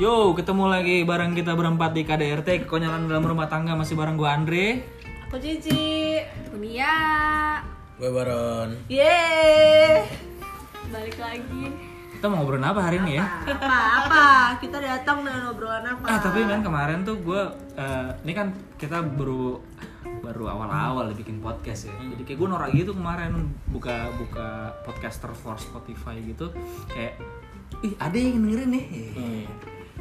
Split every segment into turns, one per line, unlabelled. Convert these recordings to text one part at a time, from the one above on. Yo, ketemu lagi bareng kita berempat di KDRT Kekonyolan dalam rumah tangga masih bareng gua Andre
Aku Cici.
Aku Nia.
Gue Baron.
Yeay. Balik lagi.
Kita mau ngobrolin apa hari ini ya?
Apa apa? Kita datang dengan obrolan
Eh
apa?
tapi kan kemarin tuh gue, ini kan kita baru baru awal-awal bikin podcast ya.
Hmm.
Jadi kayak gue norak gitu kemarin buka buka podcaster for Spotify gitu, kayak ih ada yang dengerin nih.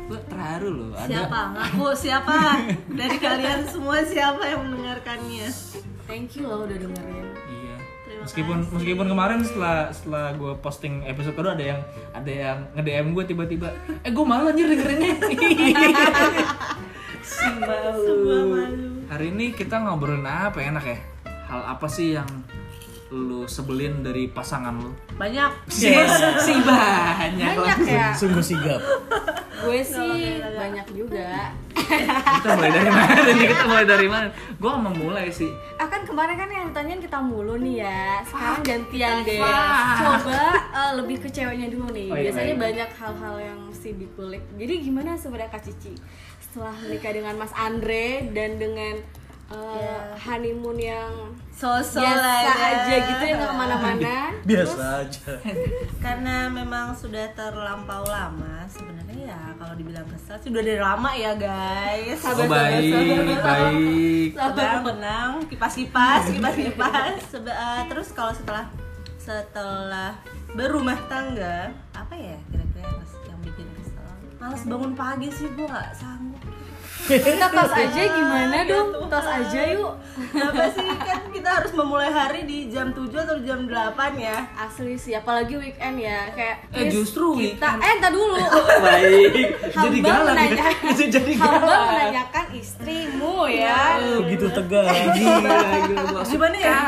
Gue terharu loh. Ada
Hmm. Siapa? Ngaku siapa? Dari kalian semua siapa yang mendengarkannya?
Thank you loh udah dengerin.
Iya.
Terima
Meskipun meskipun kemarin setelah setelah gue posting episode kedua ada yang ada yang nge DM gue tiba-tiba, eh gue malu anjir dengerinnya. Si malu.
Sebuah malu.
Hari ini kita ngobrolin apa ya, enak ya? Hal apa sih yang lu sebelin dari pasangan lu?
Banyak.
Yes, si banyak.
Iya. Banyak ya.
Sungguh sigap.
Gue sih banyak juga.
Kita mulai dari mana? nih? Kita mulai dari mana? Gue mau mulai sih.
Ah kan kemarin kan yang ditanyain kita mulu nih ya. Sekarang gantian deh.
Wah.
Coba eh, lebih ke ceweknya dulu nih.
Oh, iya,
Biasanya
baik.
banyak hal-hal yang mesti dikulik. Jadi gimana sebenarnya Kak Cici setelah menikah dengan Mas Andre dan dengan eh, honeymoon yang
Sosok
biasa aja gitu yang nggak kemana-mana.
Biasa aja.
Karena memang sudah terlampau lama sebenarnya ya kalau dibilang kesel sih udah dari lama ya guys.
Oh, baik, baik.
benang benang kipas kipas kipas kipas Sebe- eh, terus kalau setelah setelah berumah tangga apa ya kira-kira yang mas- yang bikin kesel malas bangun pagi sih gua nggak sanggup
Kita tos aja gimana dong? Tos aja yuk.
kenapa sih kan kita harus memulai hari di jam 7 atau di jam 8 ya
Asli sih, apalagi weekend ya kayak
Eh,
please,
justru
kita eh entar dulu.
Baik. Jadi
Hamba
galak. ya.
menanyakan-
Jadi
Hamba
galak. Eh,
menanyakan istrimu ya.
Oh, gitu tegas.
Gila, gila, langsung
gimana ya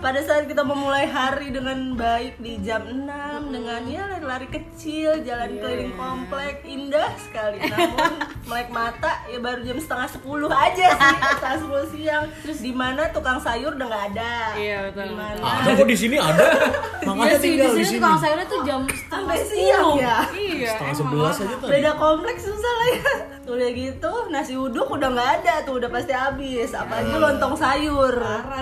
pada saat kita memulai hari dengan baik di jam 6 dengan ya lari-lari kecil jalan keliling komplek indah sekali namun melek mata ya baru jam setengah sepuluh aja sih setengah sepuluh siang terus Ah, di mana tukang sayur udah nggak ada
Iya, betul,
Di mana?
Ada kok di sini ada.
Iya sih
Makanya
di
tinggal di
sini
sini.
tukang sayurnya tuh jam setengah
Sampai siang
sepuluh.
ya?
Iya.
Setengah
emang.
sebelas aja tadi.
beda kompleks susah lah ya udah gitu nasi uduk udah nggak ada tuh udah pasti habis apalagi lontong sayur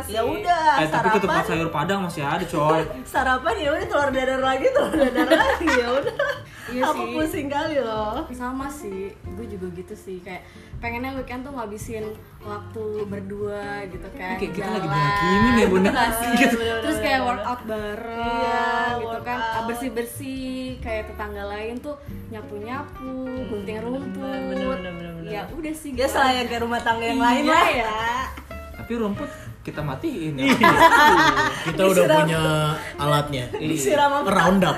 ya udah
Eh, tapi ke
sarapan
tempat sayur Padang masih ada, coy.
sarapan ya udah telur dadar lagi telur dadar lagi ya udah
Iya
aku
sih.
pusing kali loh
sama sih gue juga gitu sih kayak pengennya weekend tuh ngabisin waktu berdua gitu kan
Kayak kita
jalan,
lagi dihakimi nih, Bunda.
gitu nggak sih?
Gitu.
terus kayak workout bareng
Iya,
gitu kan
workout.
bersih bersih kayak tetangga lain tuh nyapu nyapu gunting rumput
bener, bener, bener, bener.
ya udah sih
ya
gitu.
selain kayak rumah tangga yang lain
Iya
lah
ya.
Tapi rumput kita matiin ya.
Iya. Kita udah punya alatnya.
disiram sama
Roundup.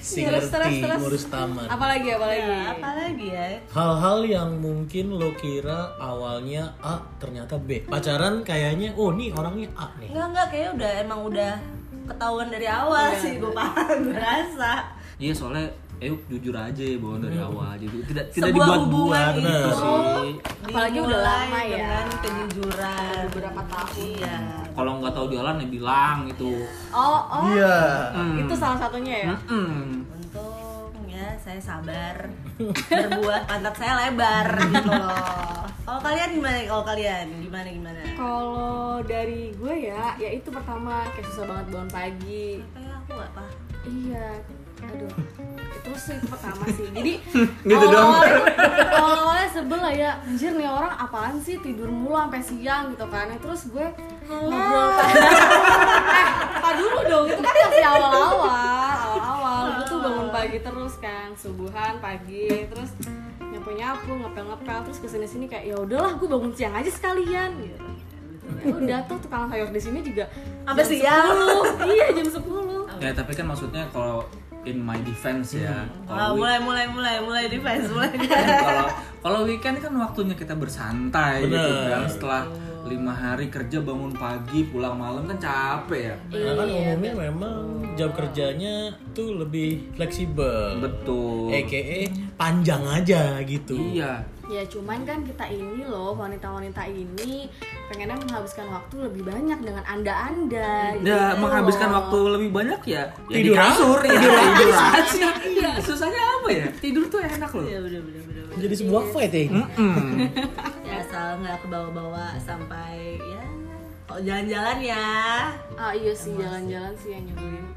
Si
Terus, terus,
ngerti
terus.
ngurus taman.
apalagi apalagi
Ya, apalagi ya
Hal-hal yang mungkin lo kira awalnya A ternyata B. Pacaran kayaknya oh nih orangnya A nih.
enggak enggak kayaknya udah emang udah ketahuan dari awal
Iya.
sih gue paham berasa
Iya, soalnya eh jujur aja bahwa dari
Iya.
awal jadi tidak tidak
sebuah
dibuat
hubungan
buat
itu
gitu sih.
Apalagi udah
dimulai
lama ya.
dengan kejujuran
beberapa tahun
iya
Kalau nggak tahu jalan ya bilang gitu.
oh oh
Iya.
itu salah satunya ya
Mm.
Untung ya saya sabar berbuat pantat saya lebar gitu loh. Kalau kalian gimana? Kalau kalian gimana gimana?
Kalau dari gue ya, ya itu pertama kayak susah banget bangun pagi.
Kayak aku gak paham.
Iya, aduh. Terus itu pertama sih. Jadi
Gitu dong.
awal-awalnya- Awal-awalnya sebel lah ya. Anjir nih orang apaan sih tidur mulu sampai siang gitu kan. Terus gue ngobrol kan. Eh, tak dulu dong. Itu kan masih awal-awal, awal-awal. Gue tuh bangun pagi terus kan, subuhan pagi, terus nyapu-nyapu, ngepel-ngepel, terus kesini-sini kayak ya udahlah gue bangun siang aja sekalian gitu. Ya udah tuh tukang sayur di sini juga
Sampai
jam
siang.
10. iya jam 10
Ya tapi kan maksudnya kalau in my defense
Iya.
ya. Kalau
Ah,
we-
mulai mulai mulai mulai defense mulai.
kalau kalau weekend kan waktunya kita bersantai gitu
Bener.
kan setelah lima hari kerja bangun pagi pulang malam kan capek ya
Karena kan umumnya memang jam kerjanya tuh lebih fleksibel.
betul
EKE panjang aja Eh, gitu.
Iya.
ya cuman kan kita ini loh wanita-wanita ini pengennya menghabiskan waktu lebih banyak dengan anda-anda gitu
Ya,
loh.
menghabiskan waktu lebih banyak ya, ya di
Tidur aja.
kasur ya tidur aja. Iya, susahnya apa ya? Tidur tuh enak loh.
Iya bener bener bener. bener.
Jadi sebuah fight ya. ini.
Mm.
Ya asal nggak kebawa-bawa sampai ya kalau jalan-jalan ya.
ah iya sih jalan-jalan sih yang nyebelin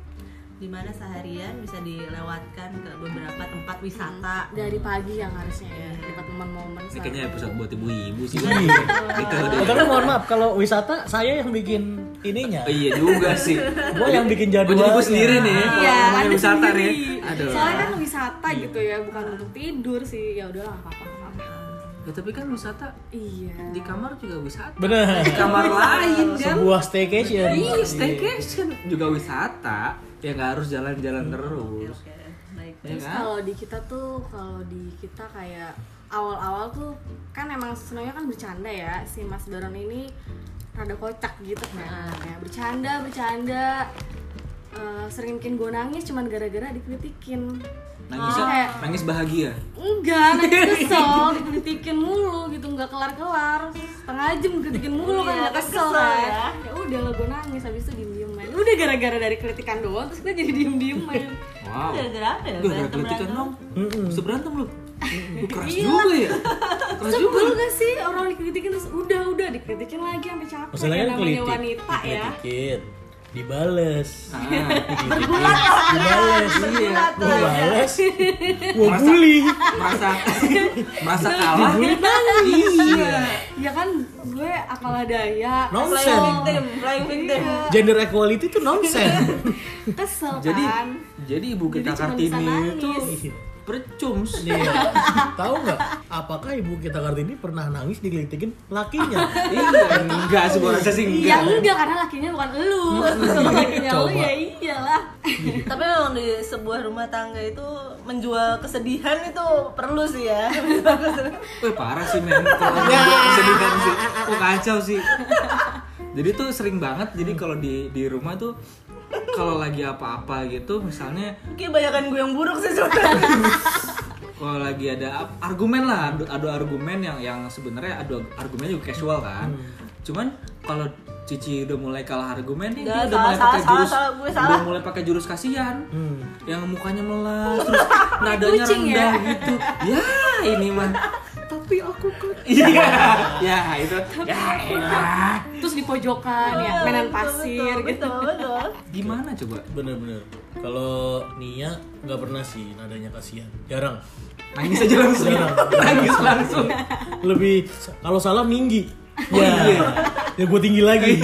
Dimana seharian bisa dilewatkan ke beberapa tempat wisata.
dari pagi yang harusnya ya dapat momen-momen
Ini
saat-
kayaknya episode buat ibu-ibu sih.
Iya.
gitu
Oh,
deh.
tapi mohon maaf kalau wisata saya yang bikin ininya.
Oh, iya juga sih.
Gue yang bikin jadwal.
Oh, jadi gue sendiri nih. kalau
Iya,
ngomongin
Anda
wisata
sendiri.
nih. Aduh. Iya.
Soalnya kan wisata gitu ya, bukan untuk tidur sih. Ya udahlah, nggak apa-apa. nggak apa-apa.
Ya, tapi kan wisata
Iya.
di kamar juga wisata.
Bener.
Di kamar lain kan.
Sebuah staycation.
Iya, staycation juga wisata. Ya nggak harus jalan-jalan terus.
Oke, baik.
Ya
Terus
kan?
kalau di kita tuh, kalau di kita kayak awal-awal tuh kan emang sebenarnya kan bercanda ya si Mas Baron ini rada kocak gitu kan ya, bercanda bercanda Eh, sering bikin gue nangis cuman gara-gara dikritikin
Nangisnya,
Kayak,
nangis bahagia.
Enggak, nanti kesel, dikritikin mulu gitu, nggak kelar-kelar Setengah jam dikritikin mulu kan,
Iya,
nggak
kan
kesel
kesel
kan
ya.
Ya udah lah, gue nangis, habis itu diem-diem main Udah gara-gara dari kritikan doang, terus kita jadi diem-diem main
Wow.
Gara-gara apa ya?
Gue ada
Berantem-
kritikan dong.
Mm-mm.
kan, Bisa berantem lu. Lu keras juga ya. Keras juga.
Iya. Sebel gak sih orang dikritikin terus udah-udah dikritikin lagi sampai capek ya,
Masalahnya kan
namanya
kritik.
wanita ya
Dikritikin. Dibales.
Ah,
Dibales. Dibales.
iya.
ya.
Gua bales. Gua bully.
Merasa merasa kalah. ya?
kan.
Iya.
Ya kan gue akal daya Iya.
Flying
Nonsen.
victim, flying victim.
Gender equality itu nonsen.
Kesel
Jadi
kan
jadi ibu
Jadi
kita
cuma bisa
Kartini itu
nangis.
percums.
Nih, tahu nggak? Apakah ibu kita kartini pernah nangis digelitikin lakinya?
Iya, enggak sih gua rasa sih enggak. Nah, iya.
Ya enggak, karena lakinya bukan elu Kalau lakinya lu
Coba.
ya iyalah
Tapi memang di sebuah rumah tangga itu menjual kesedihan itu perlu sih ya.
Wih parah sih men, kalau
Ya.
gua kesedihan sih, Wah, kacau sih. Jadi tuh sering banget, jadi kalau di di rumah tuh kalau lagi apa-apa gitu, misalnya
Mungkin bayakan gue yang buruk sih sebenarnya.
kalau lagi ada ap- argumen lah, adu, adu argumen yang yang sebenarnya adu argumennya juga casual kan. Cuman kalau Cici udah mulai kalah argumen nih,
Udah,
dia udah
salah,
mulai pakai
salah,
jurus,
salah, salah, gue
udah
salah.
mulai pakai jurus kasihan,
Hmm.
yang mukanya melas, terus nadanya
Kucing ya?
rendah gitu. Ya ini mah. Tapi aku kan. Iya, ya itu. Ya elah.
terus di pojokan ya mainan pasir
Iya, Betul,
gitu
Betul, betul.
Gimana coba?
Bener-bener. Kalau Nia nggak pernah sih nadanya kasihan. Jarang.
Nangis aja langsung.
Jarang.
Nangis langsung.
Lebih kalau salah minggi.
Oh, iya.
Ya. Ya gue tinggi lagi.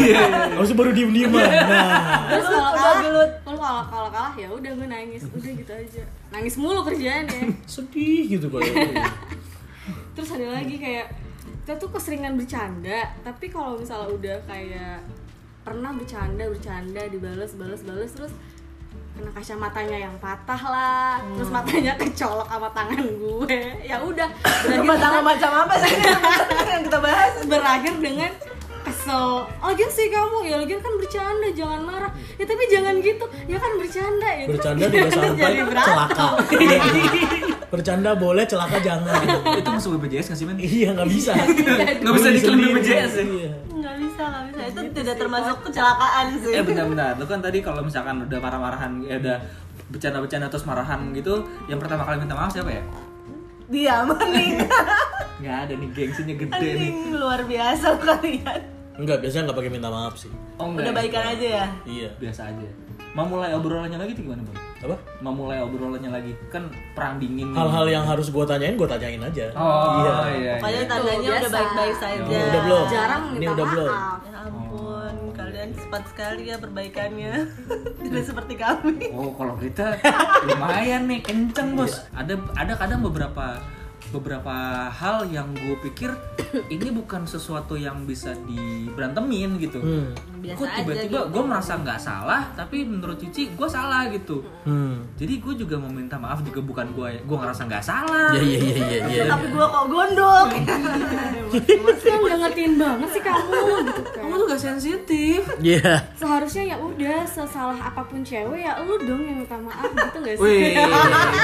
Harus baru diem dieman Nah.
terus kalau
Udah
kalah
gelut.
kalau kalau kalau kalah ya udah gue nangis udah gitu aja nangis mulu kerjaannya
sedih gitu kalau
terus ada lagi
Hmm.
kayak kita tuh keseringan bercanda tapi kalau misalnya udah kayak pernah bercanda bercanda dibales balas balas terus kena kacamatanya yang patah lah terus
Hmm.
matanya kecolok sama tangan gue ya udah
Rumah
berakhir
tangga macam apa sih yang kita bahas?
berakhir dengan kesel lagian sih kamu ya lagian kan bercanda jangan marah ya tapi jangan gitu ya kan bercanda ya terus
bercanda tidak sampai
jadi berat
celaka bercanda boleh celaka jangan
Itu masuk BPJS nggak sih, men?
iya nggak bisa
Nggak bisa diklaim BPJS ya?
Iya.
Nggak bisa, nggak bisa. Itu tidak termasuk kecelakaan sih.
Eh bentar-bentar, lu kan tadi kalau misalkan udah marah-marahan, ya udah bercanda-bercanda terus marahan gitu, yang pertama kali minta maaf siapa ya?
Dia mending
Nggak ada nih gengsinya gede nih.
mending luar biasa kalian.
nggak biasanya nggak pakai minta maaf sih
Oh ya?
Udah baikan aja ya.
iya
Biasa aja. Mau mulai obrolannya lagi tuh gimana, Bang?
apa
Mau mulai obrolannya lagi kan perang dingin. nih.
hal-hal yang harus gue tanyain gue tanyain aja
Oh iya. iya.
Pokoknya tandanya
biasa.
udah baik-baik saja.
udah belum
jarang
ini
minta
udah
maaf
belum
Ya ampun, kalian cepat sekali ya perbaikannya. Tidak seperti kami.
Oh, kalau kita lumayan nih
Iya.
kenceng bos. Ada ada kadang beberapa beberapa hal yang gue pikir ini bukan sesuatu yang bisa diberantemin gitu.
Hmm.
Kok tiba-tiba gue merasa nggak salah, tapi menurut Cici gue salah gitu.
hmm.
Jadi gue juga mau minta maaf juga bukan gue gue ngerasa nggak salah.
iya iya iya iya iya
Tapi gua kok gondok.
Kan udah ngertiin banget sih kamu gitu kan
Kamu tuh gak sensitif.
Iya.
seharusnya ya udah sesalah apapun cewek ya lu dong yang minta maaf gitu gak sih
Wih,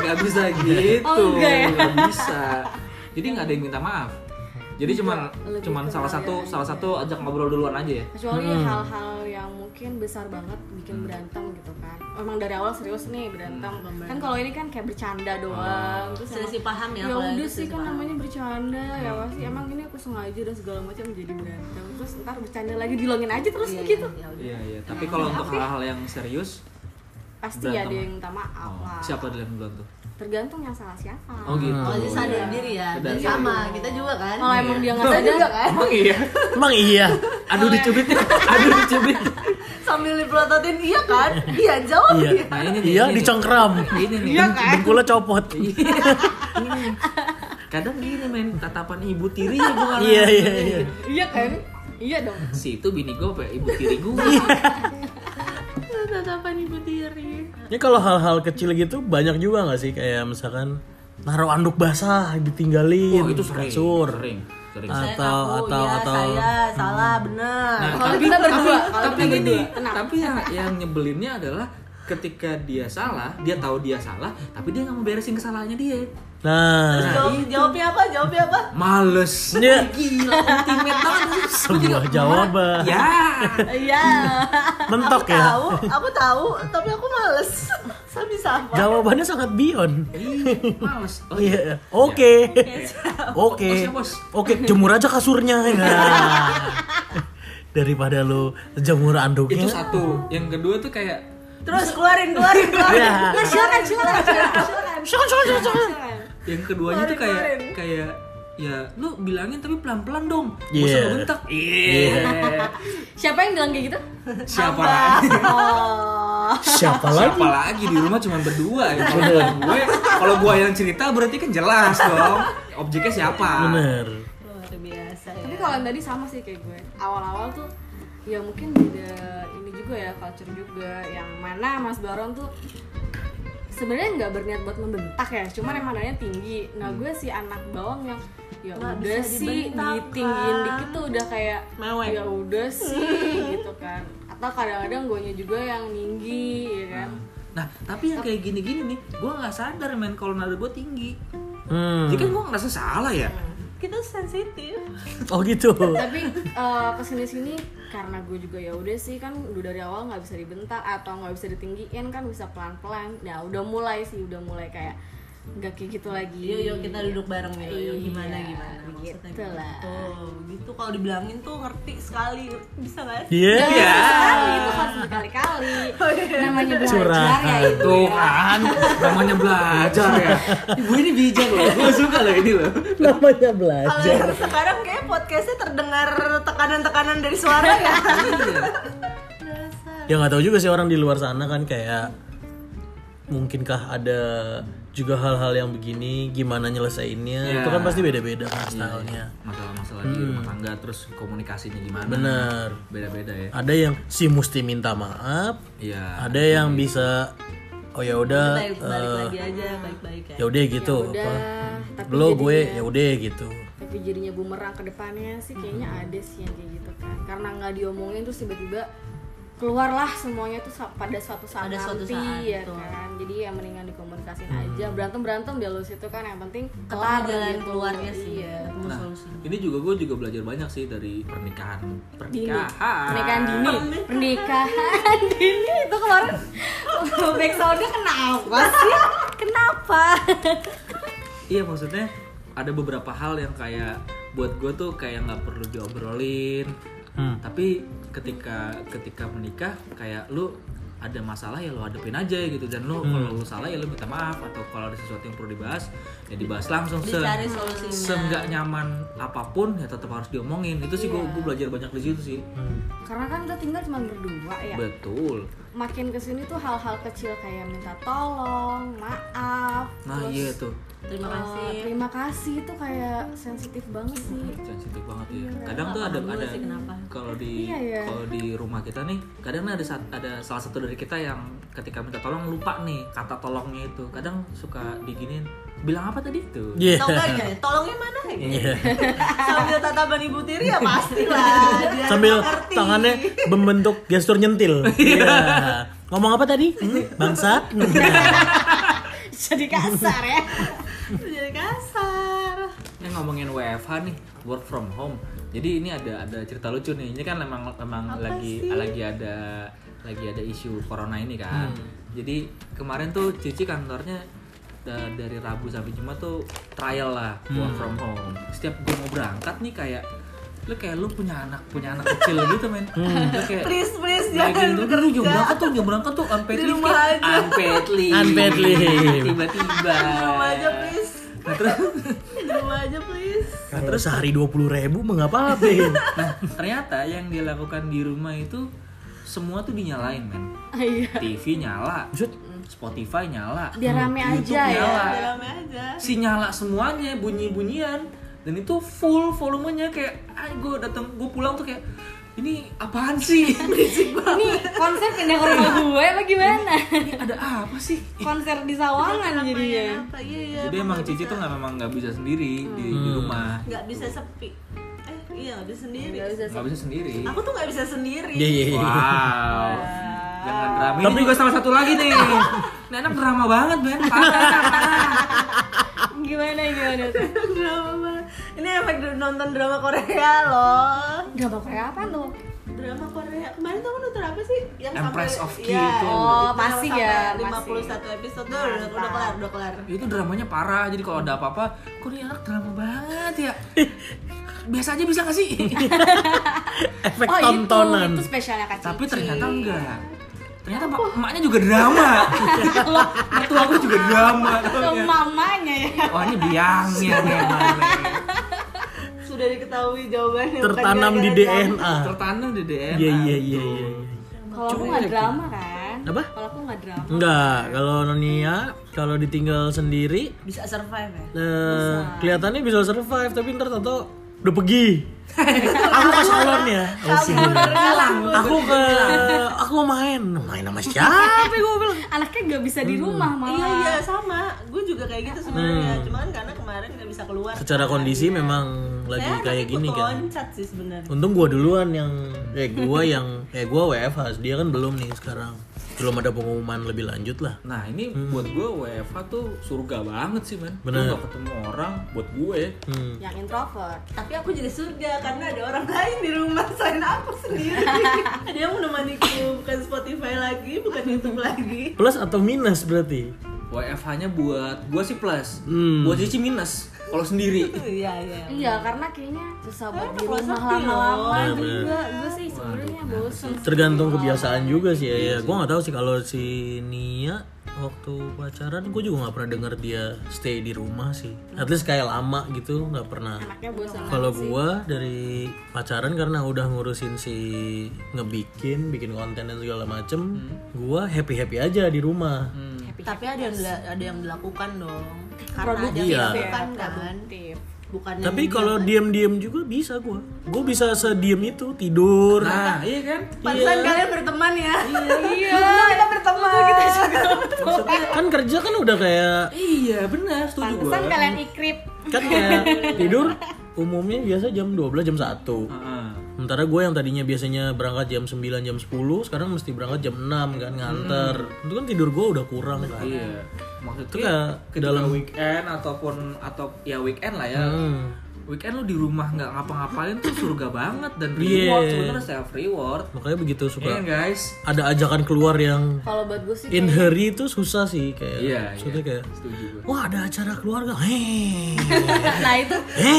nggak bisa gitu.
Oh, enggak ya?
Nggak bisa. Jadi nggak ada yang minta maaf. Jadi cuman
lebih
cuman
ke
salah satu
ngerayain
salah satu ajak ngobrol duluan aja ya.
kecuali hal-hal yang mungkin besar banget bikin berantem gitu kan emang dari awal serius nih berantem kan kalau ini kan kayak bercanda doang terus
Selisih
emang,
paham ya,
ya
kalau itu
udah sih
selisih
kan
paham.
namanya bercanda ya pasti emang ini aku sengaja dan segala macam jadi berantem terus ntar bercanda lagi dilongin aja terus gitu. begitu
Ya udah.
Iya iya. Tapi kalau untuk hal-hal yang serius,
pasti
Berantem.
ya ada yang minta maaf lah
siapa dulu yang duluan tuh?
tergantung yang salah siapa
Oh gitu.
Oh, jadi sadar diri ya.
Sadar
Dan
diri.
sama, kita juga kan.
kalau emang dia nggak
Kita
sadar
juga kan.
Emang iya.
Emang iya. Aduh dicubit. Aduh dicubit.
Sambil dipelototin iya kan? Iya, jawab
Iya.
iya.
Nah ini nih, ini nih.
Iya
kan? Iya.
dicengkram.
Ini nih.
Deng- Dengkulnya copot.
Iya. Kadang gini men, tatapan ibu tirinya bukan.
Iya iya iya.
iya kan iya dong
Si itu bini gue apa ya? ibu tiri gue.
Iya,
Tatapan ibu tiri.
Ini Ya, kalau hal-hal kecil gitu banyak juga nggak sih kayak misalkan naruh anduk basah ditinggalin
Wah, Oh, itu sering,
kasur.
sering, sering.
atau
Saya ngaku,
atau
iya,
atau Hmm.
saya salah benar.
Nah,
Kalau kita berdua,
tapi,
kalau
tapi
kita
gini,
berdua, tenang.
tapi yang yang nyebelinnya adalah ketika dia salah, dia tahu dia salah, tapi dia nggak mau beresin kesalahannya dia.
nah
Jawab, jawabnya apa? Jawabnya apa?
Males.
Iya.
Gila, ultimate banget.
sebuah jawaban
Ya.
iya
Hmm. mentok
Aku
ya
tahu, aku tahu, tapi aku males. Saya bisa apa?
jawabannya sangat beyond
Ih, Males. Oh
Iya.
iya.
Oke. Oke.
Bos ya, bos.
Oke, jemur aja kasurnya. Ya. Daripada lu jemur anduknya.
Itu satu. Yang kedua tuh kayak
Terus keluarin, keluarin, keluarin.
Iya.
ya silakan silakan silakan
Silakan, silakan, silakan, silakan.
silakan.
yang keduanya tuh kayak
Keluarin,
kayak ya lu bilangin tapi pelan-pelan dong. Gak
Iya.
usah lu bentak. Iya.
siapa yang bilang kayak gitu
Siapa lagi?
oh
Siapa lagi?
Siapa lagi di rumah cuma berdua ya. Kalau gue, kalau gue yang cerita berarti kan jelas dong. Objeknya siapa?
Bener.
Luar biasa ya.
Tapi kalau yang tadi sama sih kayak gue. Awal-awal tuh ya mungkin beda ini juga ya culture juga yang mana Mas Baron tuh sebenarnya nggak berniat buat membentak ya,
Hmm.
cuman emang nadanya tinggi. Nah gue si anak bawang yang ya
Nggak
udah
bisa
sih
dibentak,
ditinggiin
Kak.
dikit tuh udah kayak
Mewek.
ya udah sih gitu kan. Atau kadang-kadang gue juga yang tinggi ya kan.
Nah, tapi yang kayak gini-gini nih, gue nggak sadar men kalau nada gue tinggi.
Hmm.
Jadi kan gue ngerasa salah ya.
kita sensitif.
Oh gitu.
tapi eh, kesini sini karena gue juga ya udah sih kan udah dari awal nggak bisa dibentak atau nggak bisa ditinggiin kan bisa pelan pelan nah udah mulai sih udah mulai kayak nggak kayak gitu lagi
Yuk, Iya, yuk kita duduk bareng ya. yuk, yuk gimana
Iya,
gimana
begitu
maksudnya gitu.
lah.
Tuh, gitu kalau dibilangin tuh ngerti sekali. Bisa nggak? ya? sih?
Iya.
Iya.
Sekali, itu
Ah.
harus berkali-kali
Oh, iya.
namanya belajar
Curhat.
ya itu
Tuh kan, namanya belajar ya. Ibu ini bijak loh, gue suka loh ini loh.
Namanya
Kalau
belajar.
yang sekarang kayak podcastnya terdengar tekanan-tekanan dari suara ya.
Iya.
Ya nggak tahu juga sih orang di luar sana kan kayak mungkinkah ada juga hal-hal yang begini gimana nyelesainnya
Iya.
itu kan pasti beda-beda kan stylenya
Masalah-masalah di rumah tangga terus komunikasinya gimana?
bener
Beda-beda ya.
ada yang si mesti minta maaf
Iya.
ada yang bisa oh ya udah
Baik, balik
eh,
lagi aja, baik-baik ya.
ya udah gitu
udah
apa
tapi
lo gue
jadinya-
ya udah gitu
tapi jadinya bumerang ke depannya sih kayaknya ada sih yang kayak gitu kan karena nggak diomongin terus tiba-tiba keluarlah semuanya tuh sa- pada suatu saat
Pada suatu
nanti
saat,
ya
betul.
kan jadi ya mendingan dikomunikasin aja berantem berantem di lu situ kan yang penting
Kelar
kelar
jalan
gitu.
keluarnya sih.
Iya.
ketemu
Nah,
solusinya.
ini juga gue juga belajar banyak sih dari pernikahan.
dini
Pernikahan.
pernikahan dini pernikahan dini itu kemarin backsoundnya kenapa sih kenapa
Iya maksudnya ada beberapa hal yang kayak buat gue tuh kayak nggak perlu diobrolin.
Hmm.
Tapi ketika ketika menikah kayak lu ada masalah ya lu hadepin aja gitu dan lu kalau lu salah ya lu minta maaf atau kalau ada sesuatu yang perlu dibahas ya dibahas langsung se
Dicari solusinya.
seenggak nyaman apapun ya tetap harus diomongin itu sih
Iya.
gue belajar banyak di situ sih
karena kan kita tinggal cuma berdua ya
betul
makin kesini tuh hal-hal kecil kayak minta tolong maaf
nah
terus,
iya tuh
Terima
eh,
kasih.
terima kasih itu kayak sensitif banget sih
sensitif banget ya. Kadang tuh
Iya,
ada
Nggak paham juga
ada
sih kenapa.
kalau di
Iya ya.
kalau di rumah kita nih, kadang ada sat- ada salah satu dari kita yang ketika minta tolong lupa nih kata tolongnya itu. Kadang suka diginin, bilang apa tadi tuh?
iya
Atau enggak ya? Tolongnya mana? ya?
Iya.
Sambil tatapan ibu tiri ya pastilah. biar
sambil
ngerti.
tangannya membentuk gestur nyentil Iya. ngomong apa tadi Hmm, bangsat
jadi kasar ya
jadi kasar.
ini ngomongin WFH nih work from home jadi ini ada ada cerita lucu nih ini kan memang memang lagi lagi ada lagi ada isu corona ini kan
Hmm.
jadi kemarin tuh Cici kantornya da- dari Rabu sampai Jumat tuh trial lah work
Hmm.
from home setiap gue mau berangkat nih kayak lu kayak lu punya anak punya anak kecil gitu men Lu kayak
Hmm. please please
lagi
jangan
dulu
bekerja.
tuh jam berangkat tuh jam berangkat tuh unpaid
Di
leave
rumah
kayak,
aja.
unpaid leave
Unpaid leave.
tiba-tiba
Di rumah aja
Eh.
please
Nah, terus
Di rumah aja please
Kalau sehari dua puluh ribu mah nggak apa-apa.
nah ternyata yang dia lakukan di rumah itu semua tuh dinyalain men
Iya.
TV nyala
Maksud?
Spotify nyala
Biar rame
YouTube
aja ya.
nyala.
Eh.
Di rumah aja
si nyala semuanya bunyi bunyian dan itu full volumenya kayak ah gue datang gue pulang tuh kayak ini apaan sih
Ini konser pindah ke rumah gue apa gimana?
ini ada apa sih
Konser di sawangan ya.
Pengen
jadinya.
apa iya iya
jadi emang Cici tuh nggak memang nggak bisa Hmm. sendiri di, di rumah
nggak bisa sepi eh iya nggak bisa sendiri
Gak bisa sih.
nggak bisa sendiri
aku tuh nggak bisa sendiri
Iya iya. iya.
Wow. Jangan drama. Ini juga salah satu lagi nih. Nah, anak drama banget, Ben.
Gimana gimana tuh?
drama banget. ini efek dr- nonton drama Korea loh
Drama kayak apa tuh?
drama Korea kemarin tuh aku nonton apa sih yang
Empress of Ki
Iya,
itu.
yang
Oh,
sampai
masih ya,
51 episode tuh udah, udah kelar udah kelar
Itu dramanya parah. Jadi kalau ada apa-apa, kok ini anak drama banget ya? Biasa aja bisa gak sih?
Efek
oh
tontonan.
itu, itu spesialnya Kak
Tapi
Cici.
ternyata enggak. Ternyata mak- emaknya juga drama. Mertua aku juga drama.
Ke mamanya ya.
Oh, ini biangnya nih. ya, emangnya.
sudah diketahui jawabannya bukan
Tertanam di
gara-gara drama.
DNA.
Tertanam di DNA.
Iya iya iya iya.
Kalau aku nggak drama kan?
Apa?
Kalau aku nggak drama.
Enggak, kalau Nonia kalau ditinggal sendiri
bisa survive ya
eh, kelihatannya bisa survive tapi ntar tato udah pergi. aku ke salon ya. Oh, sih. Aku ke aku main. Main sama siapa gue bilang?
Anaknya nggak bisa di rumah malah.
iya iya sama gue juga kayak gitu sebenarnya
Hmm.
cuman karena kemarin nggak bisa keluar
Secara kondisi memang lagi
Saya
kayak
tapi
gini kan.
ketoncat sih sebenarnya
Untung gua duluan yang eh gua yang eh gua WFH, dia kan belum nih sekarang. Belum ada pengumuman lebih lanjut lah.
Nah ini buat gue WFH tuh surga banget sih man
Hmm. Bener.
Lu gak ketemu orang buat ya, gue
Hmm.
Yang introvert.
tapi aku jadi surga karena ada orang lain di rumah selain aku sendiri dia menemaniku bukan Spotify lagi bukan YouTube lagi
Plus atau minus berarti?
WFH-nya buat gue sih plus
Hmm.
Buat Cici minus Kalau sendiri
iya iya
Iya, karena kayaknya susah banget di
kalau
rumah
sepi
lama-lama
loh.
juga. Gue sih sebenarnya bosen.
Nah, Tergantung kebiasaan juga sih ya. ya. Gua nggak tahu sih kalau si Nia waktu pacaran gue juga nggak pernah denger dia stay di rumah sih. At least kayak lama gitu nggak pernah.
Anaknya bosen.
Kalau gua dari pacaran karena udah ngurusin si ngebikin, bikin konten dan segala macem, gua happy happy aja di rumah.
tapi ada yang dila- ada yang dilakukan dong karena ada
Produktif
yang
Iya.
dilakukan kan
Produktif.
bukan yang
Tapi kalau diem diem juga bisa gua. Gua bisa sediem itu tidur.
Nah iya kan
Pantesan kalian berteman ya
Iya.
kita berteman kita
Maksudnya kan kerja kan udah kayak
Iya benar setuju gue
Pantesan kalian ikrip.
kan kayak tidur umumnya biasa jam 12 jam 1
Ah.
Iya. Sementara gue yang tadinya biasanya berangkat jam 9 jam 10 sekarang mesti berangkat jam 6 kan nganter. Itu kan tidur gue udah kurang kan.
Hmm. Iya
Itu
Maksudnya
kayak ke
ketika
dalam
weekend ataupun atau ya weekend lah ya
Hmm.
Weekend lu di rumah nggak ngapa-ngapain tuh surga banget dan
Iya.
reward sebenarnya self reward.
Makanya begitu
Iya
suka
guys.
ada ajakan keluar yang
Kalau buat gue sih
in hurry itu susah sih kayak.
Iya,
maksudnya kayak
Setuju gue.
wah ada acara keluarga. Hei.
nah itu
Hei.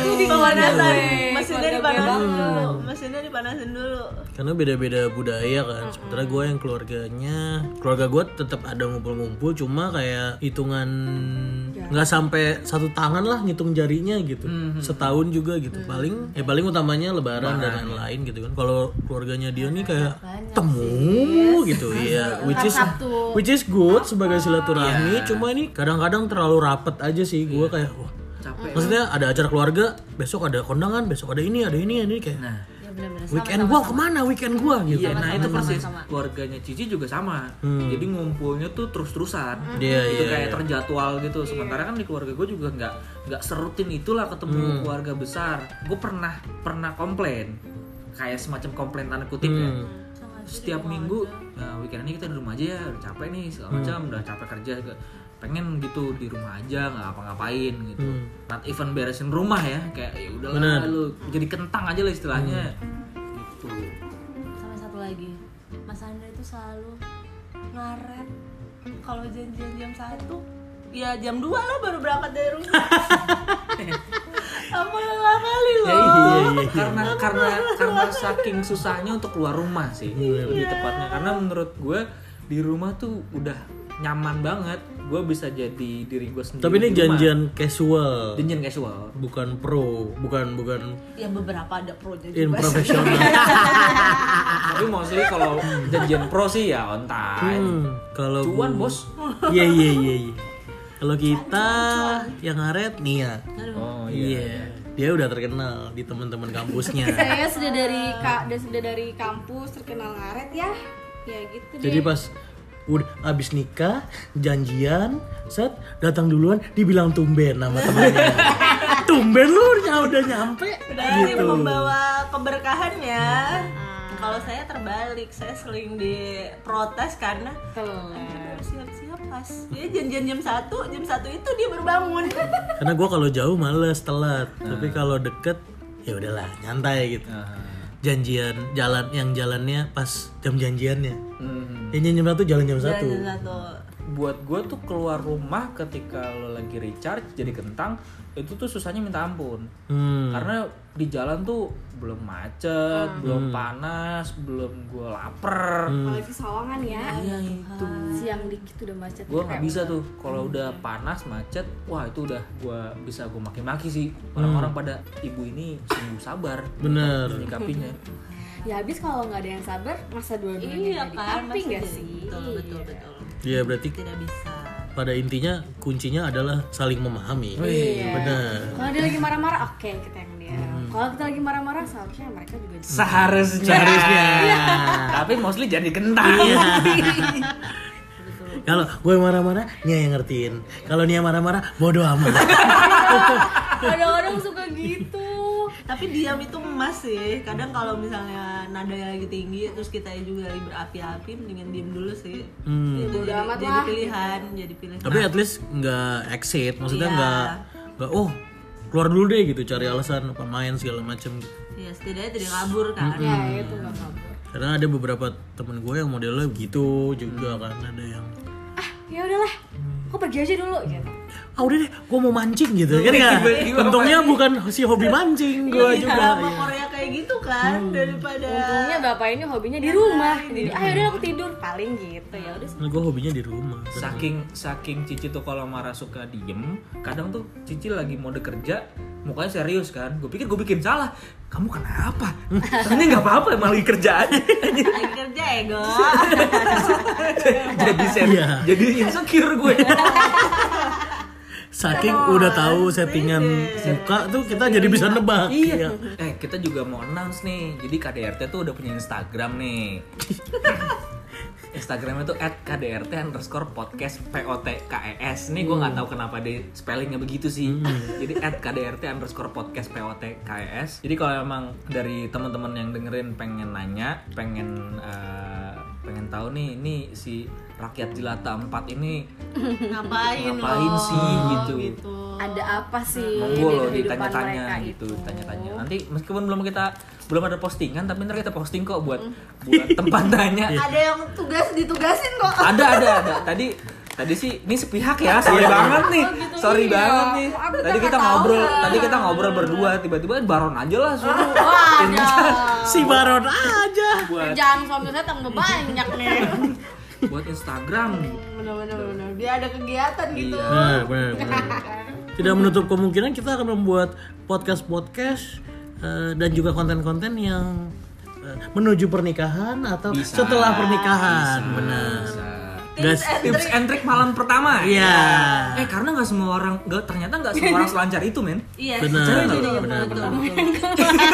di pemanasan
Iya.
mesinnya
Keluarga
dipanasin dulu mesinnya dipanasin dulu
Karena beda-beda budaya kan. Sementara gue yang keluarganya, keluarga gue tetap ada ngumpul-ngumpul, cuma kayak hitungan nggak sampai satu tangan lah ngitung jarinya gitu. Setahun juga gitu. Paling eh paling utamanya lebaran dan lain-lain gitu kan. Kalau keluarganya dia nih kayak temu gitu ya. Which is which is good sebagai silaturahmi, cuma ini kadang-kadang terlalu rapet aja sih gue kayak wah.
Capek.
Maksudnya ada acara keluarga, besok ada kondangan, besok ada ini, ada ini, ada ini kayak.
Nah,
Weekend gua kemana? Weekend gua gitu.
Iya, nah itu persis keluarganya Cici juga sama. Jadi ngumpulnya tuh terus-terusan.
Hmm. Iya,
itu
iya,
kayak terjadwal gitu. Sementara kan di keluarga gue juga nggak nggak serutin itulah ketemu
Hmm.
keluarga besar. Gue pernah pernah komplain kayak semacam komplain tanda kutip ya.
Hmm. Hmm.
Setiap minggu "Nah, weekend ini kita di rumah aja ya, udah capek nih segala macam, udah capek kerja juga. pengen gitu di rumah aja nggak apa-ngapain gitu
Hmm.
not even beresin rumah ya kayak ya
Bener.
udahlah lu jadi kentang aja lah istilahnya
Hmm.
gitu
sama satu lagi Mas Andra itu selalu
ngaret kalau janjian jam satu ya jam 2 lo baru berangkat dari rumah apa lelah kali lo
ya itu
Iya, iya, iya.
karena karena karena saking susahnya untuk keluar rumah sih
Iya,
lebih tepatnya karena menurut gue di rumah tuh udah nyaman banget gue bisa jadi diri gue sendiri
Tapi ini
di rumah.
janjian casual,
janjian casual
bukan pro, bukan bukan
ya beberapa ada pro jadi
in profesional.
tapi mostly kalau janjian pro sih ya on time
Hmm, kalau
cuan
gua-
bos
Iya iya iya. iya. Kalau kita yang ngaret Nia.
oh
Iya. Dia udah terkenal di teman-teman kampusnya.
saya sudah dari kak dan sudah dari kampus terkenal ngaret ya ya gitu deh
Jadi pas udah abis nikah, janjian, set datang duluan dibilang tumben nama temannya. tumben lu udah udah nyampe.
udah ini membawa keberkahan ya kalau saya terbalik saya sering diprotes karena
telat
siap-siap pas dia janjian jam satu jam satu itu dia baru bangun
Karena gua kalau jauh males telat, tapi kalau deket ya udahlah nyantai gitu.
Ah. Nah,
Janjian jalan yang jalannya pas jam janjiannya.
Hmm.
Yang jam satu jalan jam satu.
jam satu
buat gue tuh keluar rumah ketika lo lagi recharge jadi kentang itu tuh susahnya minta ampun
Hmm.
karena di jalan tuh belum macet belum
Hmm.
panas belum gue lapar
apalagi sawangan ya
iya itu
siang dikit udah macet
gue nggak bisa tuh kalau udah panas macet wah itu udah gue bisa gue maki-maki sih orang-orang pada ibu ini sungguh sabar Gitu,
Hmm. Bener.
menyikapinya
ya habis kalau nggak ada yang sabar masa dua-duanya
iya
nggak
kan
ditamping nggak
maksudnya.
sih
betul betul betul
Iya berarti
tidak bisa
pada intinya kuncinya adalah saling memahami.
Iya.
Benar.
Kalau dia lagi marah-marah, oke kita yang dia.
Hmm.
Kalau kita lagi marah-marah, seharusnya mereka juga di-
seharusnya
Seharusnya. Iya.
tapi mostly jadi kentang
Kalau gue marah-marah, Nia yang ngertiin. Kalau Nia marah-marah, bodoh amat.
Kadang-kadang suka gitu.
tapi diam itu emas sih kadang kalau misalnya nadanya lagi tinggi terus kita juga lagi berapi-api mendingan diem dulu sih
Hmm.
itu jadi,
amat
jadi
lah.
pilihan jadi pilihan
Tapi at least nggak exit, maksudnya
Iya.
nggak nggak oh keluar dulu deh gitu, cari alasan apa main segala macem. gitu.
ya setidaknya tidak kabur kan
Hmm.
Ya
Hmm.
itu nggak kabur.
Karena ada beberapa temen gue yang modelnya gitu juga kan, ada yang
Ah ya udahlah, kok pergi aja dulu gitu.
ah udah deh, gue mau mancing gitu kan ya. Untungnya bukan si hobi mancing gue
Iya,
juga. Hmm.
sama
iya.
Korea kayak gitu kan daripada
Untungnya bapak ini hobinya di rumah. Jadi ah udah aku tidur paling gitu ya udah.
Nah, gue hobinya di rumah.
saking saking Cici tuh kalau marah suka diem kadang tuh Cici lagi mode kerja mukanya serius kan gue pikir gue bikin salah kamu kenapa ternyata nggak apa-apa emang lagi kerjaan
lagi kerja ya, ego
jadi serius
Iya.
jadi insecure gue
Saking udah tahu settingan muka tuh kita jadi bisa nebak.
iya eh kita juga mau announce nih jadi KDRT tuh udah punya Instagram nih Instagramnya tuh at KDRT underscore podcast POTKES E Nih gue nggak tahu kenapa di spellingnya begitu sih Jadi at KDRT underscore podcast POTKES E Jadi kalau emang dari teman-teman yang dengerin pengen nanya Pengen eh, pengen tahu nih ini si rakyat jelata 4 ini
ngapain
ngapain
lo?
sih gitu,
gitu
Ada apa sih
monggo Nah,
di
loh
kehidupan
ditanya-tanya
mereka
gitu
itu?
ditanya-tanya nanti meskipun belum kita belum ada postingan tapi ntar kita posting kok buat
Mm.
buat tempat tanya
Iya.
ada yang tugas ditugasin kok
ada ada ada tadi tadi sih ini sepihak ya
Iya
sorry banget nih sorry
iya.
banget nih
Aku
tadi
juga
kita
nggak tahu
ngobrol
kan.
tadi kita ngobrol berdua tiba-tiba baron aja lah suruh
Oh, Waduh,
Si Baron aja.
buat
kerjaan suami saya tambah banyak nih.
buat Instagram
Gitu.
bener-bener bener biar ada kegiatan gitu
Iya.
Nah, benar, benar. Tidak menutup kemungkinan kita akan membuat podcast-podcast eh, dan juga konten-konten yang eh, menuju pernikahan atau
Bisa.
setelah pernikahan.
Bisa,
Benar.
bisa.
Guys,
tips and trick malam pertama
Iya.
eh karena nggak semua orang nggak ternyata nggak semua orang selancar itu men
iya
Benar,
jadi
benar,
jadi
benar,
betul,
benar.
betul.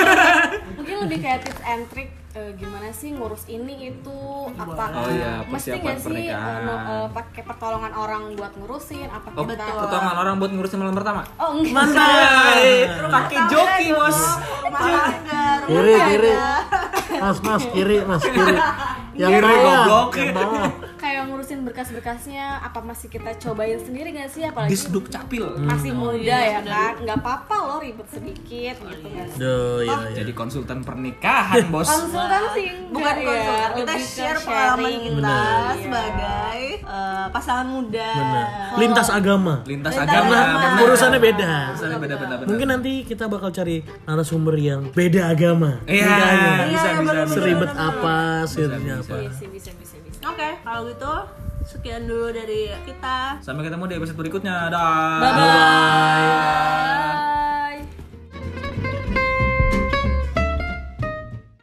mungkin lebih kayak tips and trick eh, gimana sih ngurus ini itu apa
Oh iya,
mesti
persiapan
nggak sih eh,
pernikahan.
no- eh, pakai pertolongan orang buat ngurusin apa
oh,
kita
potongan orang buat ngurusin malam pertama
oh enggak
Iya.
Mantap. Pakai joki, Bos.
rumah tangga rumah
Kiri, kiri. Mas, mas, kiri, mas, kiri. Yang
Kiri,
bawah,
Iya, goblok.
yang bawah.
kayak ngurusin berkas-berkasnya apa masih kita cobain sendiri gak sih apalagi
Disduk capil.
masih muda ya kan nggak apa-apa loh ribet sedikit gitu kan
Duh, iya, iya.
Jadi konsultan pernikahan, Bos.
konsultan sih
bukan
enggak ya,
konsul kita
lebih ke
share pengalaman
sharing. iya.
kita
Benar.
sebagai eh, pasangan muda
Benar. Lintas agama.
Lintas
Lintas
agama.
agama.
benar.
Urusannya beda.
Urusannya beda-beda benar.
Mungkin nanti kita bakal cari narasumber yang beda agama.
Iya,
Nikahnya.
bisa bisa. bisa.
Seribet apa, serinya apa.
Iya sih, bisa bisa bisa
oke kalau gitu sekian dulu dari kita
Sampai ketemu di episode berikutnya. Dah.
bye bye